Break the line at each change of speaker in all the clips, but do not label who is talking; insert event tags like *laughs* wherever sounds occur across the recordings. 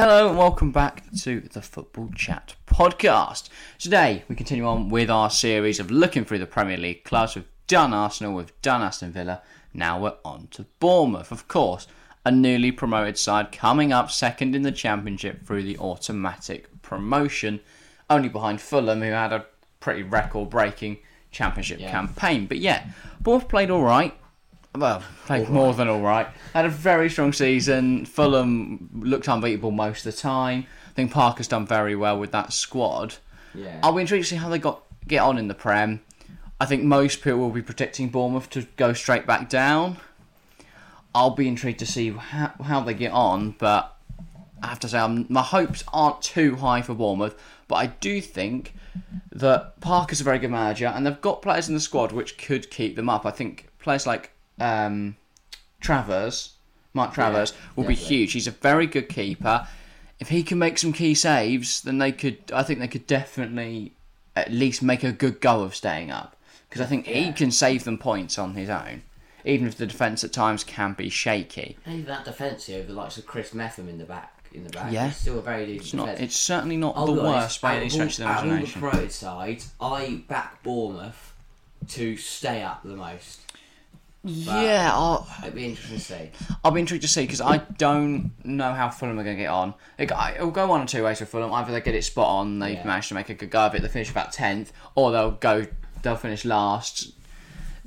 Hello and welcome back to the Football Chat podcast. Today we continue on with our series of looking through the Premier League clubs. We've done Arsenal, we've done Aston Villa. Now we're on to Bournemouth, of course, a newly promoted side coming up second in the Championship through the automatic promotion, only behind Fulham, who had a pretty record-breaking Championship campaign. But yeah, Bournemouth played all right well, played more than all right. Had a very strong season. Fulham looked unbeatable most of the time. I think Parker's done very well with that squad.
Yeah.
I'll be intrigued to see how they got get on in the Prem. I think most people will be predicting Bournemouth to go straight back down. I'll be intrigued to see how, how they get on, but I have to say I'm, my hopes aren't too high for Bournemouth. But I do think that Parker's a very good manager, and they've got players in the squad which could keep them up. I think players like um, Travers, Mark Travers, will be
definitely.
huge. He's a very good keeper. If he can make some key saves, then they could. I think they could definitely at least make a good go of staying up because I think he
Yeah.
can save them points on his own, even if the defence at times can be shaky.
Maybe that defence here, with the likes of Chris Metham in the back, in the back,
Yeah.
yeah, still a very good
It's not.
defence. Oh,
It's certainly not
I'll
the
be
worst
honest,
by
out
any
of
stretch of the
all- out all
imagination.
promoted sides, I back Bournemouth to stay up the most.
yeah, I'll,
It'd be interesting to see.
I'll be intrigued to see because I don't know how Fulham are going to get on. It- It'll go one or two ways for Fulham. Either they get it spot on, they
Yeah.
manage to make a good go of it, they finish about tenth, or they'll go, they'll finish last.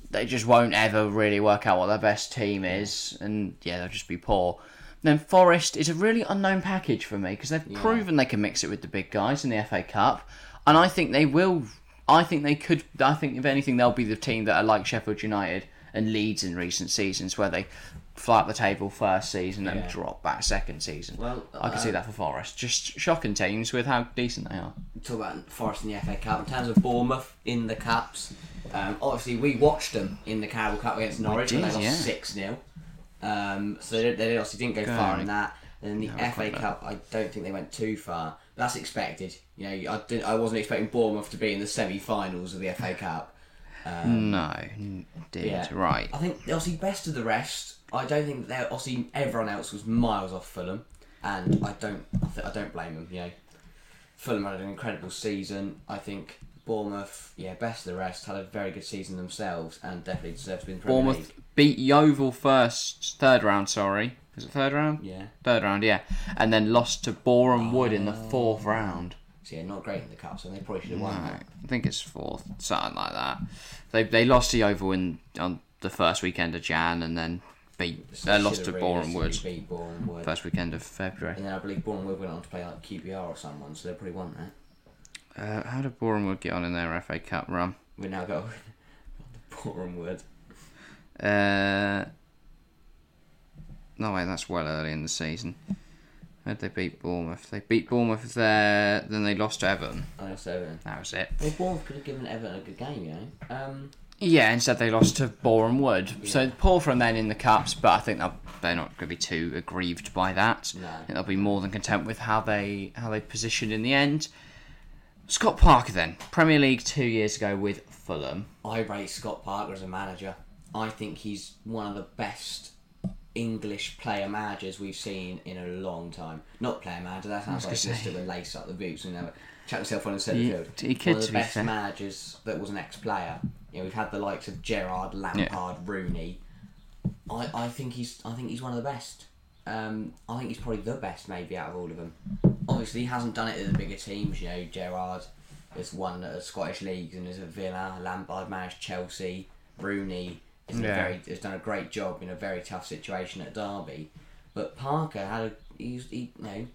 They just won't ever really work out what their best team is, and yeah, they'll just be poor. Then Forest is a really unknown package for me because they've proven they can mix it with the big guys in the FA Cup, and I think they will. I think they could. I think if anything, they'll be the team that are like Sheffield United and Leeds in recent seasons, where they fly up the table first season and
Yeah.
drop back second season.
Well,
I can see
uh,
that for Forest. Just shocking teams with how decent they are.
talk about Forest in the FA Cup. In terms of Bournemouth in the cups, um, obviously we watched them in the Carabao Cup against Norwich,
did,
and they
yeah.
lost six 0 um, So they, they obviously didn't go far in that. And in the FA
quite bad.
Cup, I don't think they went too far. That's expected. You know, I, didn't, I wasn't expecting Bournemouth to be in the semi-finals of the FA Cup.
no, indeed,
um, Yeah,
right.
I think they're obviously best of the rest. I don't think they're obviously everyone else was miles off Fulham, and I don't I, th- I don't blame them. You know, Fulham had an incredible season. I think Bournemouth, yeah, best of the rest, had a very good season themselves, and definitely deserves to be in the Premier
Bournemouth
League.
beat Yeovil first, third round. Sorry, is it third round?
Yeah,
Third round, yeah, and then lost to Boreham Wood in the fourth round.
so yeah, not great in the cup, so they probably should have won.
I
that.
think it's fourth, something like that. They they lost to Yeovil in on the first weekend of Jan, and then beat
So
uh,
they
lost to
should have
Boreham Wood
realistically beat Boreham Wood.
first weekend of February.
and then I believe Boreham Wood went on to play like QPR or someone, so they probably won that.
Uh, how did Boreham Wood get on in their FA Cup run?
We now *laughs* go to Boreham Wood.
Uh, no, wait, that's well early in the season. How did they beat Bournemouth? They beat Bournemouth there, then they lost to Everton.
I guess Everton.
That was it.
Well, Bournemouth could have given Everton a good game, you know. Um,
Yeah, instead they lost to Boreham Wood. So poor from then in the cups, but I think they'll- they're not going to be too aggrieved by that.
No.
I think they'll be more than content with how they how they positioned in the end. Scott Parker then Premier League two years ago with Fulham.
I rate Scott Parker as a manager. I think he's one of the best English player managers we've seen in a long time. Not player manager, that sounds like just with a lace up the boots and never chat himself on in centre
Yeah,
field.
he could,
one of
to
the
be
best
fair.
managers that was an ex player. You know, we've had the likes of Gerard, Lampard, Rooney. I, I think he's I think he's one of the best. Um, I think he's probably the best maybe out of all of them. Obviously, he hasn't done it at the bigger teams. You know, Gerrard has won at the Scottish leagues and is at Villa. Lampard managed Chelsea. Rooney is in a
Yeah.
very, has done a great job in a very tough situation at Derby. But Parker had a, he's, he you know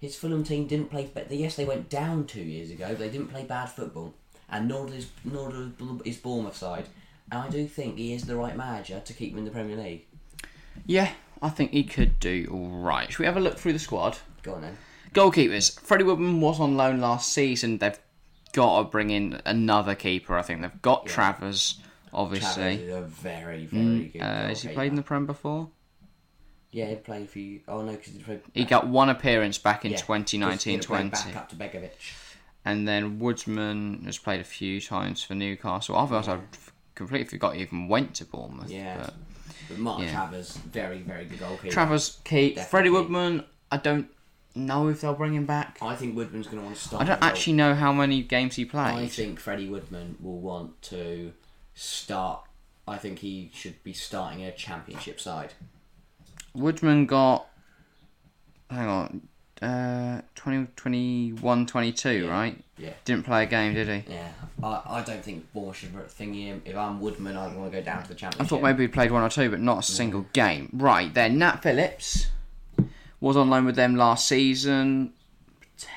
his Fulham team didn't play. But yes, they went down two years ago. But they didn't play bad football, and nor does nor does his Bournemouth side. And I do think he is the right manager to keep them in the Premier League.
Yeah, I think he could do all right. Should we have a look through the squad?
Go on then.
Goalkeepers. Freddie Woodman was on loan last season. They've got to bring in another keeper. I think they've got Travers.
Travers
Obviously,
is a very very good.
uh, has he played in the Prem before?
Yeah, he played for you. Oh no, because he played.
He got one appearance back in
yeah,
2019
'cause he played
20.
Back up to Begovic.
And then Woodsman has played a few times for Newcastle. I've also completely forgot he even went to Bournemouth.
Yeah.
but-
But Mark
yeah.
Travers, very very good goalkeeper.
Travers, Keith, Freddie
Definitely.
Woodman, I don't know if they'll bring him back.
I think Woodman's going to want to start.
I don't
the role.
actually know how many games he played.
I think Freddie Woodman will want to start. I think he should be starting a championship side.
Woodman got. Hang on. Uh, 20, 21, 22, right?
Yeah.
Didn't play a game, did he?
Yeah, I, I don't think Bournemouth should thingy him. If I'm Woodman, I'd want to go down to the championship.
I thought maybe he played one or two, but not a single game. Right, then, Nat Phillips was on loan with them last season.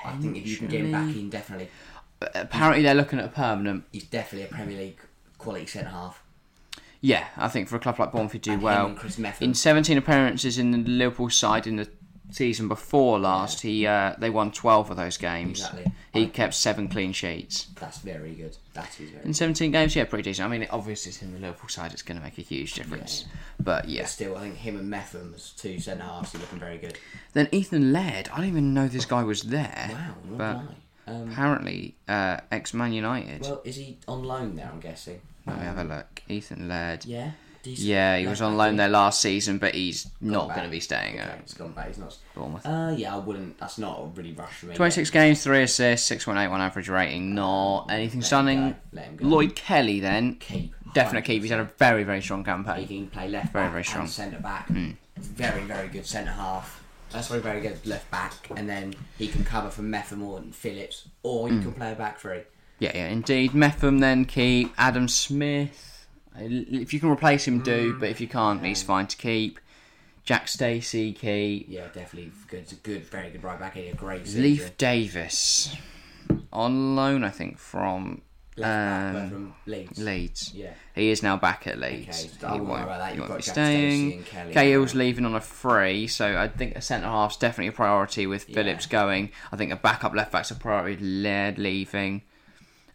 I think if you can get him back in, definitely.
But apparently, they're looking at a permanent.
He's definitely a Premier League quality centre half.
Yeah, I think for a club like Bournemouth, he'd do
And him
well.
and Chris Method.
in 17 appearances in the Liverpool side in the season before last, he uh, they won 12 of those games.
Exactly.
He kept seven clean sheets.
That's very good. That is very
In 17 games, yeah, pretty decent. I mean, obviously, it's in the Liverpool side, it's going to make a huge difference. But yeah.
Still, I think him and Metham as two centre halves are looking very good.
Then Ethan Laird, I didn't even know this guy was there.
Wow, not
but
I. Um,
apparently, uh, ex Man United.
well, is he on loan there? I'm guessing.
Let me have a look. Ethan Laird. Yeah,
Yeah. Decent.
he was
Left
on
back,
loan
isn't
there last season, but he's not
back.
going to be staying
he?
at
Okay, he's gone back. He's not.
Bournemouth.
Uh, yeah, I wouldn't. That's not really rush for me.
26 games, 3 assists, 6.81 average rating. Not anything
Um, Let him
stunning.
go, Let him go.
Lloyd Kelly, then.
Keep.
Definite keep. He's had a very, very strong campaign.
He can play left
Very,
back
very strong.
and centre back. Very, very good centre half. That's very, very good left back. And then he can cover for Methamore and Phillips, or you can play a back three.
Yeah, yeah, indeed. Metham, then keep. Adam Smith. If you can replace him, do. But if you can't, he's fine to keep. Jack Stacey, keep.
Um, Yeah, definitely good. It's a good, very good right back. He had a great season.
Leaf Davis. On loan, I think, from
left back
um,
from uh, Leeds.
Leeds.
Yeah.
He is now back at Leeds.
Okay, I
he
wouldn't
won't,
worry about that.
he
You've
won't
got
be
Jack Stacey
staying.
and Kelly.
Gale's leaving on a free, so I think a centre half's definitely a priority with Phillips going. I think a backup left back's a priority. Laird leaving.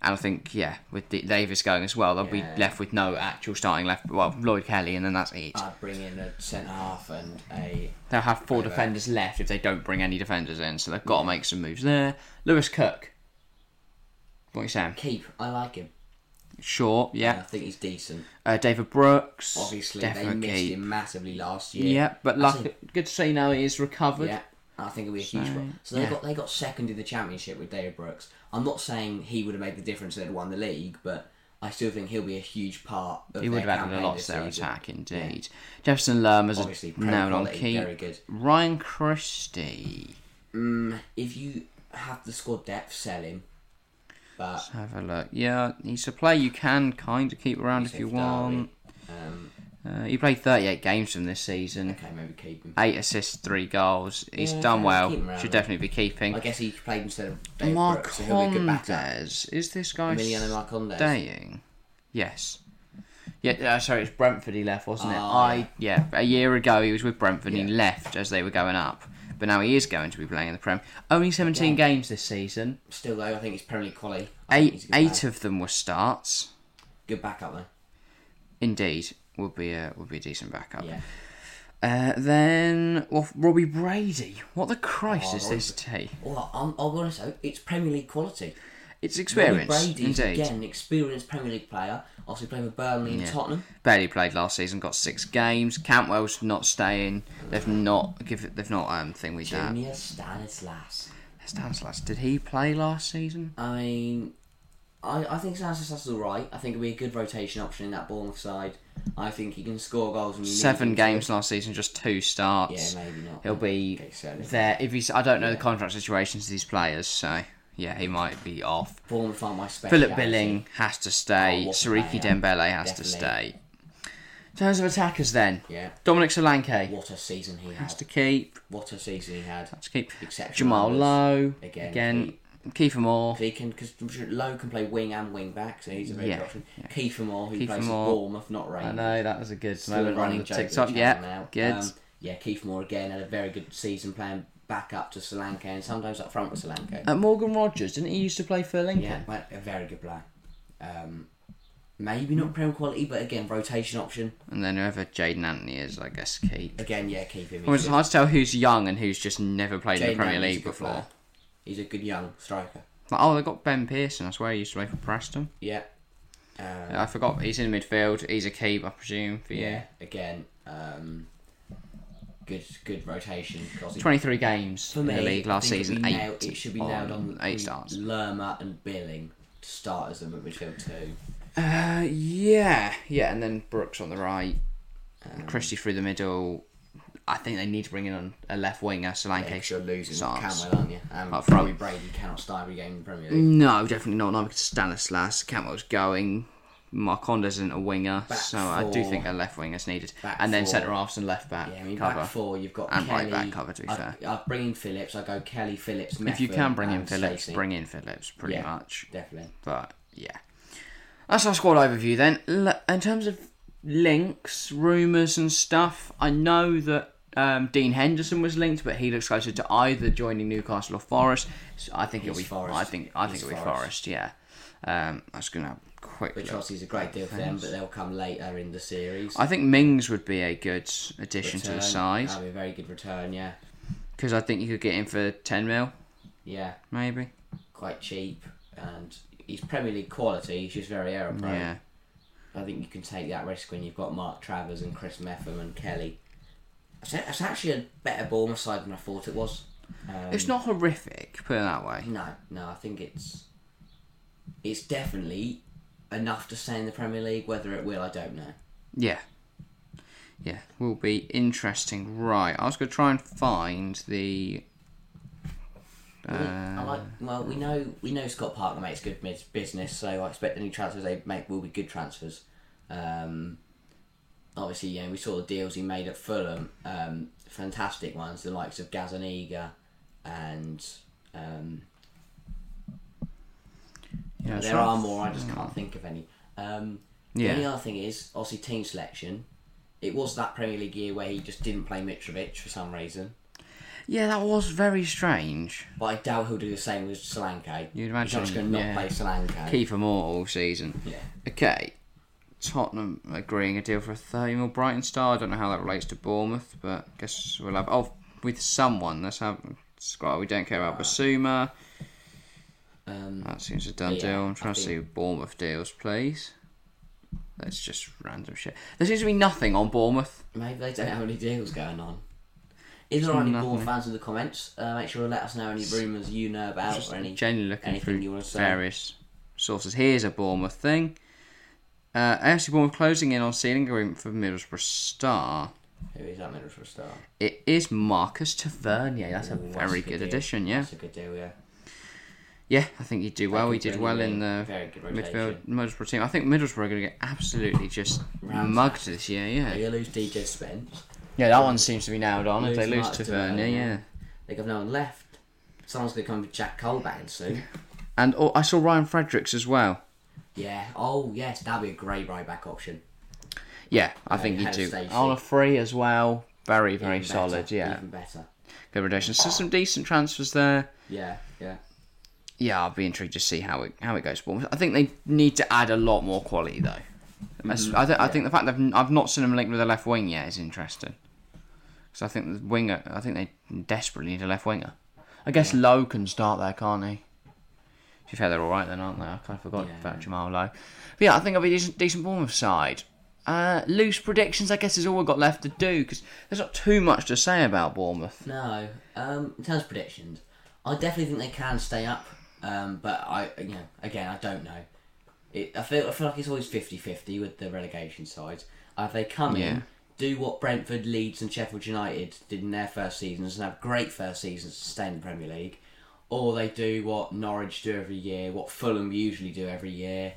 And I think, yeah, with D- Davis going as well, they'll
Yeah.
be left with no actual starting left. Well, Lloyd Kelly, and then that's it.
I'd bring in a centre half and a
They'll have four defenders left if they don't bring any defenders in, so they've got to make some moves there. Lewis Cook. What are you saying?
keep. I like him.
Short,
I
yeah.
think he's decent.
Uh, David Brooks.
Obviously, they
definite
missed
keep.
him massively last year.
Yeah, but
That's
luck, good to see now he is recovered.
Yeah, I think it'll be a huge one. So they
yeah.
got they got second in the championship with David Brooks. I'm not saying he would have made the difference and they'd won the league, but I still think he'll be a huge part. of
He would
their
have added a
campaign
lot
this
to their
season.
attack, indeed. Jefferson Lerma's
Obviously,
a
Prem
nailed on
quality,
key.
very good.
Ryan Christie.
If you have the squad depth, sell him. But
Have a look. Yeah, he's a player you can kind of keep around if you
if
want.
Derby, um,
Uh, he played 38 games from this season.
okay, maybe keep him.
Eight assists, three goals. He's
Yeah,
done
keep
well.
him around
Should
then.
definitely be keeping.
I guess he played instead of David Brooks, so he'll be a good backup.
Marcondes. Is this guy
Emiliano Marcondes.
staying? Yes. Yeah, uh, sorry, it's Brentford he left, wasn't it?
Ah,
I yeah, a year ago he was with Brentford and he
Yeah.
left as they were going up, but now he is going to be playing in the Prem. Only 17 games this season.
Still though, I think he's Premier League quality. I think he's
Eight
a good
eight
back-
of them were starts.
good backup though.
Indeed, would be a would be a decent backup.
Yeah.
Uh, then well, Robbie Brady. What the Christ
Oh,
is this tea?
Well, I'm, I'll be honest though, it's Premier League quality.
It's
Robbie
experience.
Brady's
indeed.
again an experienced Premier League player. Obviously playing for Burnley and Tottenham.
Barely played last season, got six games. Cantwell's not staying. They've not give. They've not um thing with that.
Junior Stanislas.
Stanislas, did he play last season?
I mean, I, I think Stanislas is all right. I think it'll be a good rotation option in that Bournemouth side. I think he can score goals. And
Seven games last season, just two
Yeah,
starts.
maybe not.
He'll be
Okay, so
there if he's. I don't know the contract situations of these players, so yeah, he might be off.
Bournemouth aren't my special.
Philip Billing has to stay.
Oh, what a
Sariki
player.
Dembele has to
Definitely.
stay. In terms of attackers, then
Yeah.
Dominic Solanke
What a season he had.
has to keep.
What a season he had.
Has to keep.
Exceptional
Jamal
numbers.
Lowe
Again,
again. Kiefer Moore.
He can because Lowe can play wing and wing back, so he's a very
Yeah,
good option. Kiefer Moore, who
Kiefer
plays
Moore.
for Bournemouth, not Rangers.
I know that was a good
Still
moment on
running
the
joke with
TikTok.
the
Yeah,
channel now.
good.
Um, yeah, Keith Moore again had a very good season playing back up to Solanke and sometimes up front with Solanke.
Uh, Morgan Rogers didn't he used to play for Lincoln?
yeah, well, a very good player. Um, maybe not prem quality, but again, rotation option.
And then whoever Jaden Anthony is, I guess keep.
Again, yeah, keep him.
Well, it's hard to tell who's young and who's just never played in the Premier League before.
Player. He's a good young striker.
Like, oh, they got Ben Pearson. I swear he used to play for Preston.
Yeah. Uh,
I forgot he's in midfield. He's a keep, I presume, for you.
yeah. Again, um, good good rotation. 'cause it-
23 games
for me,
in the league last
I think
season.
it'd be
Eight.
nailed- it should be nailed on
eight
the-
starts.
Lerma and Billing to start as them at midfield too.
Uh, yeah, yeah, and then Brooks on the right,
Um,
Christie through the middle. I think they need to bring in a left winger, so in
Because
case
you're losing
starts.
Camwell, aren't you? Um,
Up
Robbie
front. Mm.
Brady cannot start every game in the Premier League.
No, definitely not. Not because Stanislas Campbell's going. Marcondes isn't a winger, so I do
four.
think a left winger's needed.
Back
And then
four.
centre halves and left back
Yeah, I mean,
cover.
back four, you've got
And
Kelly,
right back cover, to be
I,
fair.
I bring in Phillips. I go Kelly, Phillips,
if you
Meffin,
can bring in
and
Phillips,
Stacey.
bring in Phillips, pretty
Yeah.
much.
Definitely.
But yeah, that's our squad overview. Then L- in terms of links, rumours and stuff, I know that um, Dean Henderson was linked, but he looks closer to either joining Newcastle or Forest. So I think it'll be
He's
Forest.
Forest.
I think I
He's
think it'll be
Forest.
Forest. Yeah, um, I was gonna have a quick.
Which
look.
obviously is a great deal for them, but they'll come later in the series.
I think Mings would be a good addition to the
Return,
side
That'd be a very good return, yeah.
because I think you could get him for ten mil,
Yeah,
maybe.
quite cheap. And he's Premier League quality. He's just very error prone.
Yeah,
I think you can take that risk when you've got Mark Travers and Chris Meffam and Kelly. It's a- it's actually a better Bournemouth side than I thought it was. Um,
it's not horrific. Put it that way.
No, no, I think it's it's definitely enough to stay in the Premier League. Whether it will, I don't know.
Yeah. Yeah, will be interesting. Right, I was going to try and find the.
We- I
Uh,
like, well, we know we know Scott Parker makes good mis- business, so I expect any transfers they make will be good transfers. Um, obviously, you know, we saw the deals he made at Fulham, um, fantastic ones, the likes of Gazaniga and um,
Yeah, that's
there
right.
are more. I just can't think of any. Um,
Yeah.
The only other thing is obviously team selection. It was that Premier League year where he just didn't play Mitrovic for some reason,
Yeah, that was very strange.
but I doubt he'll do the same with Solanke.
You'd
He's not just
imagine,
going to
yeah.
not play Solanke.
Key for more all season.
Yeah.
Okay, Tottenham agreeing a deal for a 30 mil Brighton star. I don't know how that relates to Bournemouth, but I guess we'll have. Oh, with someone. Let's have. Scott, we don't care
Uh,
about Basuma.
Um,
That seems a done
Yeah,
deal. I'm
I
trying to
think-
see Bournemouth deals, please. That's just random shit. There seems to be nothing on Bournemouth.
Maybe they don't have any deals going on. Is there any
nothing.
Bournemouth fans in the comments? Uh, make sure to let us know any rumours you know about
Just
or any.
genuinely looking
anything
through
you wanna say?
various sources. Here's a Bournemouth thing. Uh, AFC Bournemouth closing in on sealing agreement for Middlesbrough star.
Who is that Middlesbrough star?
It is Marcus Tavernier. That's a
Ooh, that's
very
a good
good
deal.
addition. Yeah,
That's a good deal, yeah.
yeah. I think he'd do well. He
Thank you
did
for
well
bringing
in
in
the
very good
midfield
rotation.
Middlesbrough team. I think Middlesbrough are going to get absolutely just
Ramsey.
mugged this year.
Are
Yeah,
you going to lose DJ Spence?
yeah. That one seems to be nailed on. If they
Lose
lose
Marcus
Tavernier,
Tavernier.
yeah.
They have no one left. Someone's going to come with Jack Cole back
*laughs*
in soon.
And oh, I saw Ryan Fredericks as well.
Yeah. Oh, yes, that'd be a great right back option.
Yeah, I think you
Hannah
do.
Stacey.
On a free as well. Very, very
Even better,
solid. Yeah,
Even better.
good rotation. So some decent transfers there.
Yeah, yeah.
Yeah, I'll be intrigued to see how it how it goes. Bournemouth. I think they need to add a lot more quality though. That's-
Mm,
I, th- I think the fact that I've not seen them linked with a left wing yet is interesting. Because I think the winger, I think they desperately need a left winger. I guess Lowe can start there, can't he? To be fair, they're all right then, aren't they? I kind of forgot
Yeah.
about Jamal Lowe. But yeah, I think I'll be a decent, decent Bournemouth side. Uh, loose predictions, I guess, is all we've got left to do because there's not too much to say about Bournemouth.
No. Um, in terms of predictions, I definitely think they can stay up. Um, but I, you know, again, I don't know. It, I feel I feel like it's always 50-50 with the relegation sides. Uh, If they come
Yeah.
in, do what Brentford, Leeds, and Sheffield United did in their first seasons and have great first seasons to stay in the Premier League, or they do what Norwich do every year, what Fulham usually do every year,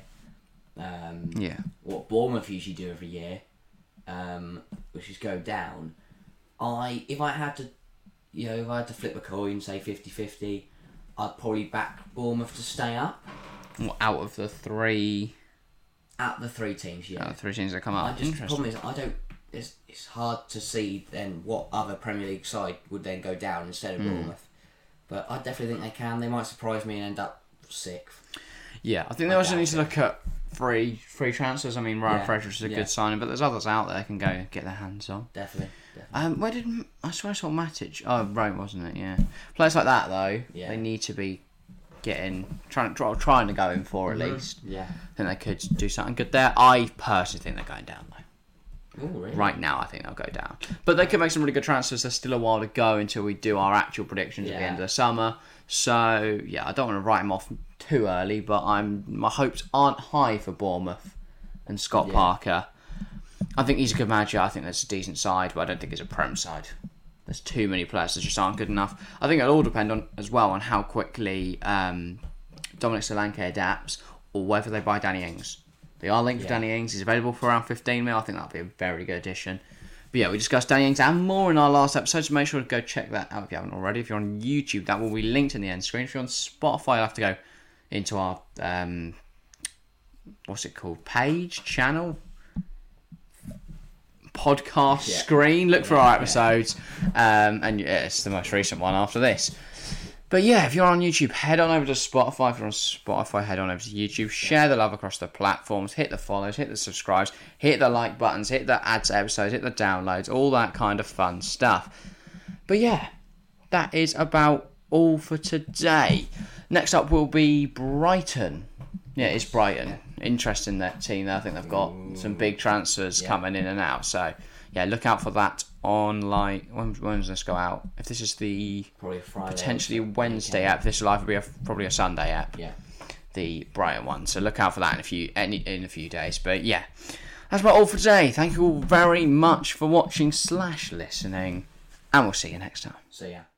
um,
Yeah,
what Bournemouth usually do every year, um, which is go down. I if I had to, you know, if I had to flip a coin, say 50-50, I'd probably back Bournemouth to stay up
Well, out of the three,
at the three teams. Yeah,
out of three teams that come
I
out,
just the
Oh, interesting.
problem is I don't. It's, it's hard to see then what other Premier League side would then go down instead
Hmm.
of Bournemouth, but I definitely think they can. They might surprise me and end up sixth.
Yeah, I think they also
doubt
need to look at free free transfers. I mean, Ryan
Yeah,
Fredericks is a
yeah.
good signing, but there's others out there that can go get their hands on.
Definitely, definitely.
Um, where did M- I swear I saw Matic? Oh, Rome wasn't it? Yeah, players like that though,
Yeah.
they need to be getting trying try, trying to go in for at least.
Yeah,
I think they could do something good there. I personally think they're going down though.
Oh, really?
Right now, I think they'll go down. But they could make some really good transfers. There's still a while to go until we do our actual predictions at the
Yeah.
end of the summer. So yeah, I don't want to write them off too early, but I'm my hopes aren't high for Bournemouth and Scott Parker. I think he's a good manager. I think that's a decent side, but I don't think it's a prem side. There's too many players that just aren't good enough. I think it'll all depend on as well on how quickly um, Dominic Solanke adapts, or whether they buy Danny Ings. They are linked with
Yeah.
Danny Ings. He's available for around 15 mil. I think that'll be a very good addition. But yeah, we discussed Danny Ings and more in our last episode, so make sure to go check that out if you haven't already. If you're on YouTube, that will be linked in the end screen. If you're on Spotify, you'll have to go into our um, what's it called? Page, channel, podcast
Yeah.
screen. Look for our episodes, um, and yeah, it's the most recent one after this. But yeah, if you're on YouTube, head on over to Spotify. If you're on Spotify, head on over to YouTube. Share the love across the platforms. Hit the follows, hit the subscribes, hit the like buttons, hit the ads episodes, hit the downloads, all that kind of fun stuff. But yeah, that is about all for today. Next up will be Brighton. Yeah, it's Brighton. Interesting that team. there. I think they've got some big transfers coming in and out. So yeah, look out for that on like when when's this go out? If this is the
Probably a Friday.
potentially Wednesday app. This will either be a, probably a Sunday app,
Yeah.
the Brighton one. So look out for that in a few any, in a few days. But yeah, that's about all for today. Thank you all very much for watching slash listening, and we'll see you next time.
So yeah.